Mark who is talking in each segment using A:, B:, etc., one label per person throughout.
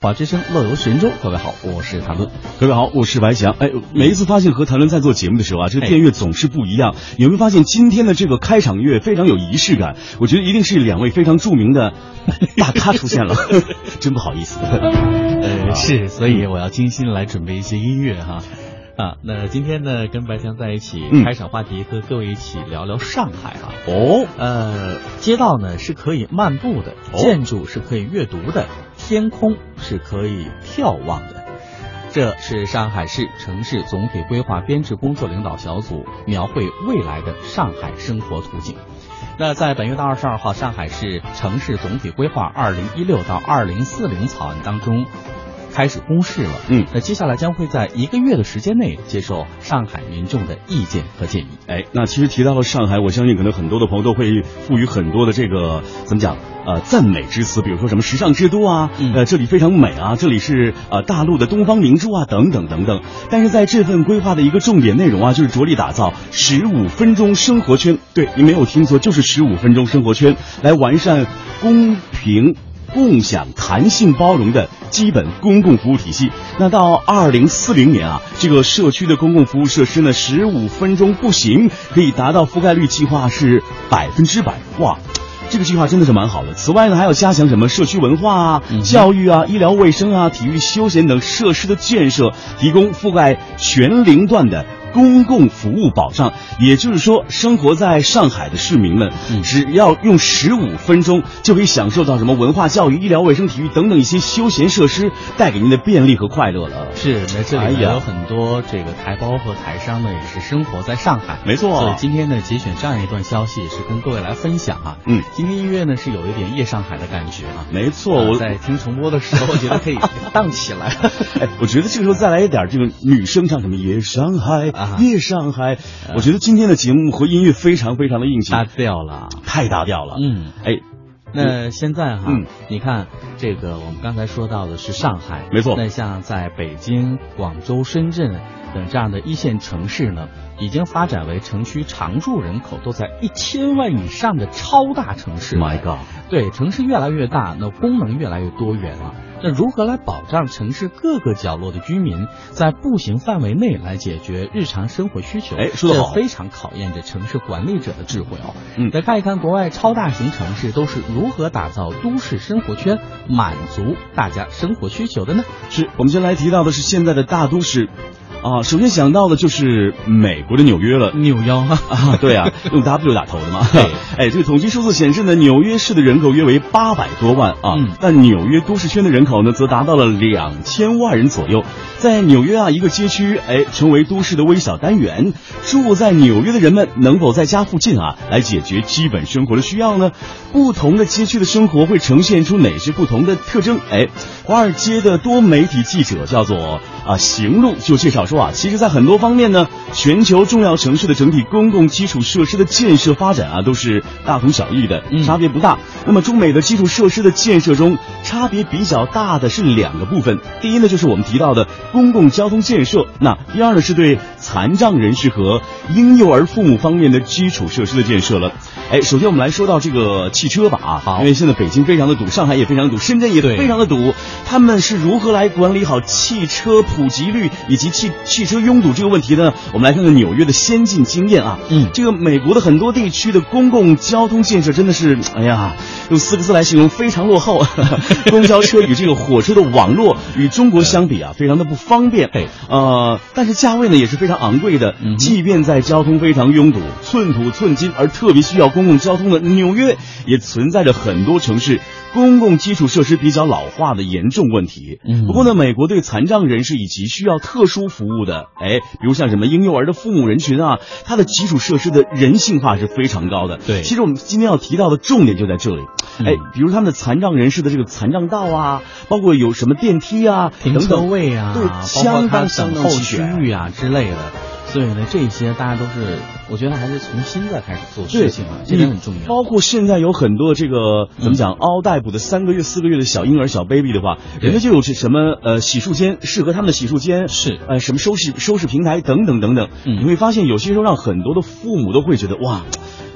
A: 法之声，乐游神州，各位好，我是谭论。各位好，我是白翔。哎，每一次发现和谭论在做节目的时候啊，这个电乐总是不一样。有没有发现今天的这个开场乐非常有仪式感？我觉得一定是两位非常著名的大咖出现了， 真不好意思。
B: 呃，是，所以我要精心来准备一些音乐哈。啊，那今天呢，跟白翔在一起，
A: 嗯
B: 开场话题和各位一起聊聊上海啊哈、
A: 哦，
B: 呃，街道呢是可以漫步的，
A: 哦
B: 建筑是可以阅读的，天空是可以眺望的。这是上海市城市总体规划编制工作领导小组描绘未来的上海生活图景。那在本月的二十二号，上海市城市总体规划二零一六到二零四零草案当中开始公示了。
A: 嗯，
B: 那接下来将会在一个月的时间内接受上海民众的意见和建议。
A: 哎，那其实提到了上海，我相信可能很多的朋友都会赋予很多的这个怎么讲？呃，赞美之词，比如说什么时尚之都啊，
B: 嗯
A: 呃，这里非常美啊，这里是呃大陆的东方明珠啊，等等等等。但是在这份规划的一个重点内容啊，就是着力打造十五分钟生活圈。对，您没有听错，就是十五分钟生活圈，来完善公平共享、弹性包容的基本公共服务体系。那到二零四零年啊，这个社区的公共服务设施呢，十五分钟步行可以达到覆盖率计划是百分之百。哇！这个计划真的是蛮好的。此外呢，还要加强什么社区文化啊、
B: 嗯哼
A: 教育啊、医疗卫生啊、体育休闲等设施的建设，提供覆盖全龄段的公共服务保障。也就是说，生活在上海的市民们，
B: 嗯
A: 只要用十五分钟就可以享受到什么文化、教育、医疗卫生、体育等等一些休闲设施带给您的便利和快乐了。
B: 是，那这里
A: 哎
B: 呢
A: 呀
B: 有很多这个台胞和台商呢，也是生活在上海。
A: 没错
B: 所以今天呢，节选这样一段消息，也是跟各位来分享啊。
A: 嗯，
B: 今天音乐呢是有一点夜上海的感觉啊。
A: 没错，
B: 啊
A: 我
B: 在听重播的时候，觉得 可以荡起来。
A: 哎，我觉得这个时候再来一点这个女生唱什么《夜上海》
B: 啊
A: 夜上海。我觉得今天的节目和音乐非常非常的应景，
B: 大调了。
A: 太搭调了。
B: 啊嗯，
A: 哎，
B: 那现在哈，
A: 嗯
B: 你看这个，我们刚才说到的是上海，
A: 没错
B: 那像在北京、广州、深圳等这样的一线城市呢，已经发展为城区常住人口都在一千万以上的超大城市。
A: My God！
B: 对，城市越来越大，那功能越来越多元了。那如何来保障城市各个角落的居民在步行范围内来解决日常生活需求？
A: 哎说得好
B: 这非常考验着城市管理者的智慧哦。
A: 嗯
B: 来看一看国外超大型城市都是如何打造都市生活圈，满足大家生活需求的呢？
A: 是我们先来提到的是现在的大都市，啊，首先想到的就是美国的纽约了。
B: 扭腰啊！
A: 啊，对啊，用 W 打头的嘛
B: 对。
A: 哎，这个统计数字显示呢，纽约市的人口约为八百多万啊，
B: 嗯
A: 但纽约都市圈的人口呢，则达到了两千万人左右。在纽约啊，一个街区哎，成为都市的微小单元。住在纽约的人们能否在家附近啊，来解决基本生活的需要呢？不同的街区的生活会呈现出哪些不同的特征？哎，华尔街的多媒体记者叫做啊行路就介绍说啊，其实在很多方面呢，全球重要城市的整体公共基础设施的建设发展啊，都是大同小异的，
B: 嗯
A: 差别不大。那么中美的基础设施的建设中，差别比较大的是两个部分。第一呢，就是我们提到的公共交通建设；那第二呢，是对残障人士和婴幼儿父母方面的基础设施的建设了。哎，首先我们来说到这个汽车吧啊，
B: 好
A: 因为现在北京非常的堵，上海也非常地堵，深圳也
B: 对
A: 非常的堵。他们是如何来管理好汽车普及率以及汽汽车拥堵这个问题呢？我们来看看纽约的先进经验啊。
B: 嗯
A: 这个美国的很多地区的公共交通建设真的是，哎呀，用四个字来形容非常 落后。公交车与这个火车的网络与中国相比啊，非常的不方便
B: 对。
A: 呃，但是价位呢也是非常昂贵的。
B: 嗯哼
A: 即便在交通非常拥堵、寸土寸金而特别需要公共交通的纽约，也存在着很多城市公共基础设施比较老化的严重问题。
B: 嗯
A: 不过呢，美国对残障人士以及需要特殊服务的，哎，比如像什么婴幼儿的父母人群啊，它的基础设施的人性化是非常高的。
B: 对
A: 其实我们今天要提到的重点就在这里。
B: 嗯
A: 哎，比如他们的残障人士的这个残障道啊，包括有什么电梯啊、
B: 停车位啊，
A: 等等对，
B: 包括
A: 相
B: 它
A: 当
B: 等
A: 相当
B: 候
A: 齐
B: 区
A: 全
B: 域啊之类的。所以呢，这些大家都是，我觉得还是从现在开始做
A: 对
B: 事情啊，这点很重要。
A: 包括现在有很多这
B: 嗯
A: 个怎么讲，嗷待哺的三个月、四个月的小婴儿、小 baby 的话，
B: 对
A: 人家就有这什么呃洗漱间，适合他们的洗漱间
B: 是
A: 呃什么收拾收拾平台等等等等，
B: 嗯
A: 你会发现有些时候让很多的父母都会觉得哇。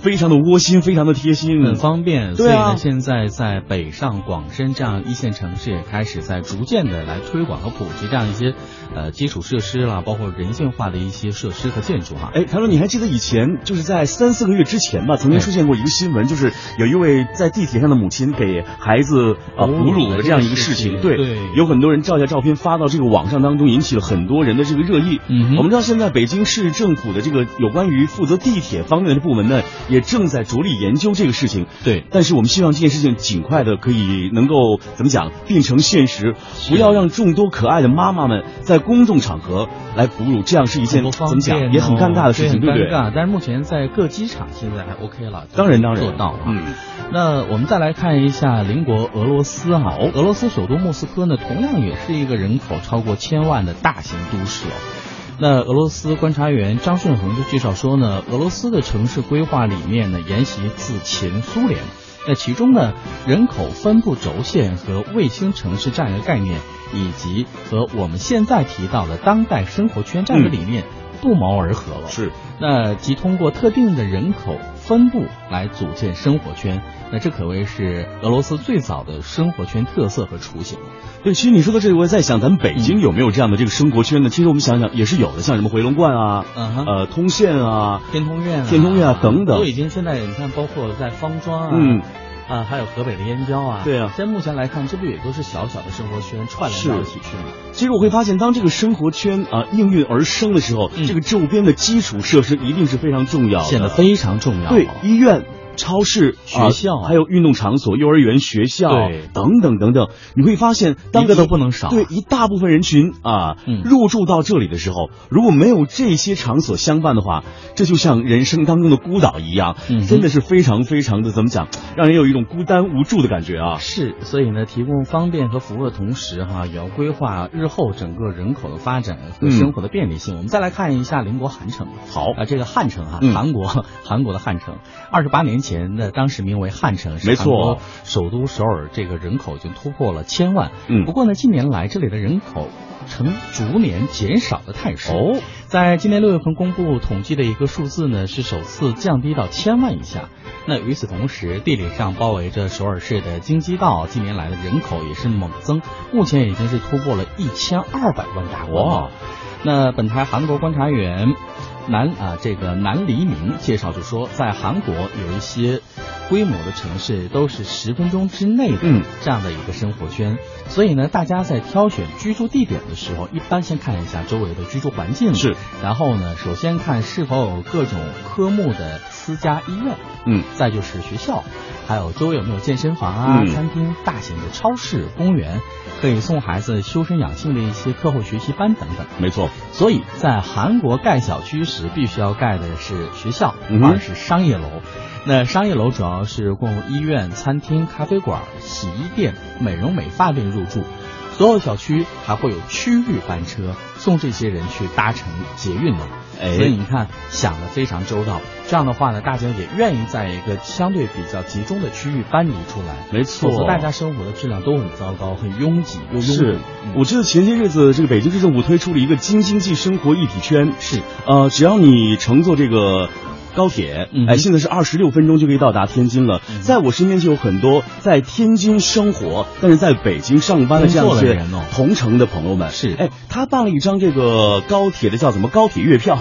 A: 非常的窝心，非常的贴心，
B: 很方便。所
A: 对
B: 以
A: 啊
B: 呢，现在在北上广深这样一线城市也开始在逐渐的来推广和普及这样一些呃基础设施啦，包括人性化的一些设施和建筑啊哈。
A: 哎，他说你还记得以前就是在三四个月之前吧，曾
B: 嗯
A: 经出现过一个新闻，就是有一位在地铁上的母亲给孩子呃
B: 哺乳
A: 哺乳
B: 的
A: 的
B: 这
A: 这样
B: 哦个
A: 一个
B: 事
A: 事情，
B: 情
A: 对，
B: 对
A: 有很多人照下照片发到这个网上当中，引起了很多人的这个热议。
B: 嗯哼
A: 我们知道现在北京市政府的这个有关于负责地铁方面的部门呢，也正在着力研究这个事情。
B: 对，
A: 但是我们希望这件事情尽快的可以能够怎么讲变成现实，
B: 是
A: 不要让众多可爱的妈妈们在公众场合来哺乳，这样是一件
B: 很不方
A: 怎么讲
B: 便哦
A: 也很尴尬的事
B: 对
A: 情，对
B: 很尴
A: 不对？
B: 尬，但是目前在各机场现在还 OK 了，
A: 当然当然
B: 做到啊。
A: 嗯，
B: 那我们再来看一下邻国俄罗斯啊，俄罗斯首都莫斯科呢，同样也是一个人口超过千万的大型都市哦。那俄罗斯观察员张顺恒就介绍说呢，俄罗斯的城市规划理念呢，沿袭自前苏联。那其中呢，人口分布轴线和卫星城市这样一个概念，以及和我们现在提到的当代生活圈这样一个理念不谋而合了。
A: 是。
B: 那即通过特定的人口分布来组建生活圈，那这可谓是俄罗斯最早的生活圈特色和雏形。
A: 对，其实你说到这里，我也在想，咱们北京有没有这样的这个生活圈呢？其实我们想想也是有的，像什么回龙观啊，
B: 嗯哼
A: 呃，通县啊，
B: 天通苑啊，
A: 天通苑啊等等
B: 都已经现在你看，包括在方庄啊，
A: 嗯
B: 啊，还有河北的燕郊啊，
A: 对啊
B: 现在目前来看，这不也都是小小的生活圈串联到一起去吗？
A: 其实我会发现，当这个生活圈啊、应运而生的时候，
B: 嗯
A: 这个周边的基础设施一定是非常重要的，
B: 显得非常重要。
A: 对医院。超市、啊
B: 学校
A: 还有运动场所、幼儿园、学校
B: 对
A: 等等等等，你会发现，当
B: 一个都不能少
A: 对一大部分人群啊，
B: 嗯
A: 入住到这里的时候，如果没有这些场所相伴的话，这就像人生当中的孤岛一样，
B: 嗯哼
A: 真的是非常非常的怎么讲，让人有一种孤单无助的感觉啊。
B: 是，所以呢，提供方便和服务的同时，哈，也要规划日后整个人口的发展和
A: 嗯
B: 生活的便利性。我们再来看一下邻国韩城。
A: 好，
B: 啊，这个汉城啊，
A: 嗯
B: 韩国 韩国的汉城，二十八年前的当时名为汉城，是
A: 没错
B: 韩国首都首尔这个人口已经突破了千万。
A: 嗯
B: 不过呢，近年来这里的人口呈逐年减少的态势。
A: 哦，
B: 在今年六月份公布统计的一个数字呢，是首次降低到千万以下。那与此同时，地理上包围着首尔市的京畿道，近年来的人口也是猛增，目前已经是突破了一千二百万大关了。
A: 哇
B: 那本台韩国观察员南啊，这个南黎明介绍就说，在韩国有一些规模的城市都是十分钟之内的
A: 嗯
B: 这样的一个生活圈，所以呢，大家在挑选居住地点的时候，一般先看一下周围的居住环境，
A: 是，
B: 然后呢，首先看是否有各种科目的私家医院，
A: 嗯，
B: 再就是学校，还有周围有没有健身房啊、
A: 嗯
B: 餐厅、大型的超市、公园，可以送孩子修身养性的一些课后学习班等等。
A: 没错，
B: 所以在韩国盖小区时，必须要盖的是学校，
A: 嗯哼
B: 而是商业楼。那商业楼主要是供医院、餐厅、咖啡馆、洗衣店、美容美发店入住。所有小区还会有区域班车送这些人去搭乘捷运的。
A: 哎
B: 所以你看，想的非常周到。这样的话呢，大家也愿意在一个相对比较集中的区域搬离出来，
A: 没
B: 否则
A: 错，
B: 大家生活的质量都很糟糕，很拥挤又拥
A: 是
B: 堵。嗯，
A: 我知道前些日子这个北京市政府推出了一个京津冀生活一体圈，
B: 是
A: 呃，只要你乘坐这个。高铁，
B: 嗯哼
A: 哎，现在是二十六分钟就可以到达天津了。
B: 嗯
A: 在我身边就有很多在天津生活，但是在北京上班的这样一
B: 工作的
A: 些
B: 人哦
A: 同城的朋友们。
B: 是
A: 哎，他办了一张这个高铁的叫什么高铁 月票，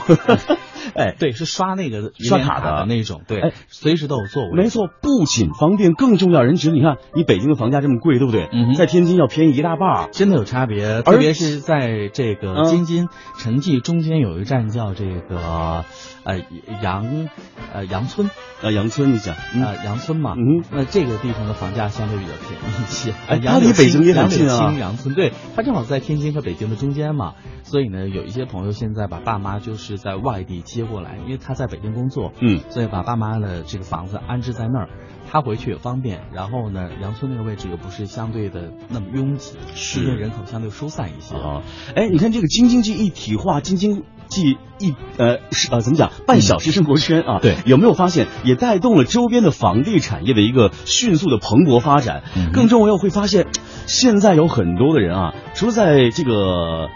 A: 哎，
B: 对，是刷那个
A: 刷
B: 银联
A: 卡
B: 卡
A: 的
B: 那种，对，
A: 哎
B: 随时都有座位。
A: 没错，不仅方便，更重要。人觉得你看，你北京的房价这么贵，对不对？
B: 嗯哼
A: 在天津要便宜一大半儿。
B: 真的有差别，特别是在这个
A: 嗯
B: 京津城际中间有一站叫这个呃杨呃杨村
A: 呃，杨村，你想，嗯
B: 呃杨村嘛，
A: 嗯
B: 那这个地方的房价相对比较便宜一些。
A: 哎
B: 杨
A: 它离
B: 柳
A: 北京也
B: 青
A: 很近啊
B: 杨柳青杨村对，它正好在天津和北京的中间嘛，所以呢，有一些朋友现在把爸妈就是在外地接过来，因为他在北京工作，
A: 嗯，
B: 所以把爸妈的这个房子安置在那儿，他回去也方便。然后呢，杨村那个位置又不是相对的那么拥挤，
A: 是
B: 因为人口相对疏散一些。
A: 啊，哎，你看这个京津冀一体化，京津冀一呃是呃怎么讲半小时生活圈啊？
B: 对
A: 有没有发现也带动了周边的房地产业的一个迅速的蓬勃发展？
B: 嗯哼
A: 更重要会发现，现在有很多的人啊，除了在这个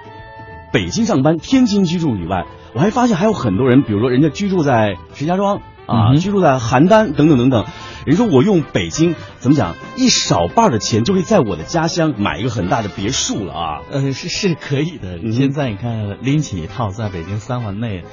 A: 北京上班、天津居住以外，我还发现还有很多人，比如说人家居住在石家庄。啊，
B: 嗯哼
A: 居住在邯郸等等等等。人说我用北京怎么讲，一少半儿的钱就可以在我的家乡买一个很大的别墅了啊。
B: 呃，是是可以的。
A: 嗯
B: 现在你看呃拎起一套，在北京三环内，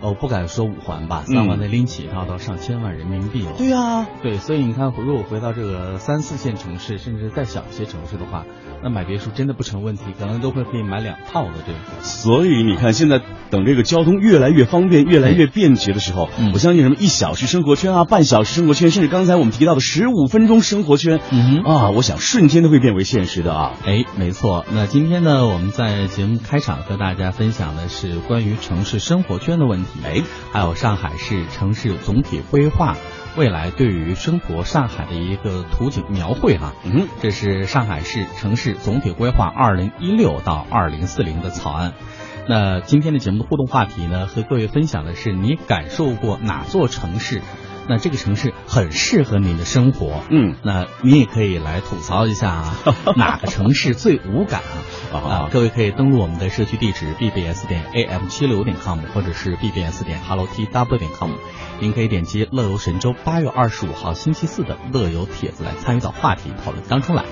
B: 哦，不敢说五环吧，
A: 嗯
B: 三环内拎起一套都上千万人民币了。
A: 对呀、
B: 对，所以你看，如果回到这个三四线城市，甚至再小一些城市的话，那买别墅真的不成问题，可能都会可以买两套的这种。
A: 所以你看，现在等这个交通越来越方便、越来越便捷的时候，
B: 嗯
A: 我相信什么一小时生活圈啊、半小时生活圈，甚至刚才我们提到的十五分钟生活圈，
B: 嗯哼
A: 啊，我想瞬间都会变为现实的啊。
B: 哎，没错。那今天呢，我们在节目开场和大家分享的是关于城市生活圈的问题，哎，还有上海市城市总体规划未来对于生活上海的一个图景描绘哈、
A: 嗯哼，
B: 这是上海市城市总体规划二零一六到二零四零的草案。那今天的节目的互动话题呢，和各位分享的是你感受过哪座城市？那这个城市很适合你的生活。
A: 嗯，
B: 那你也可以来吐槽一下啊，哪个城市最无感啊？啊，各位可以登录我们的社区地址 bbs 点 am 七六点 com，或者是 bbs 点 hello tw 点 com。您可以点击乐游神州八月二十五号星期四的乐游帖子来参与到话题讨论当中来。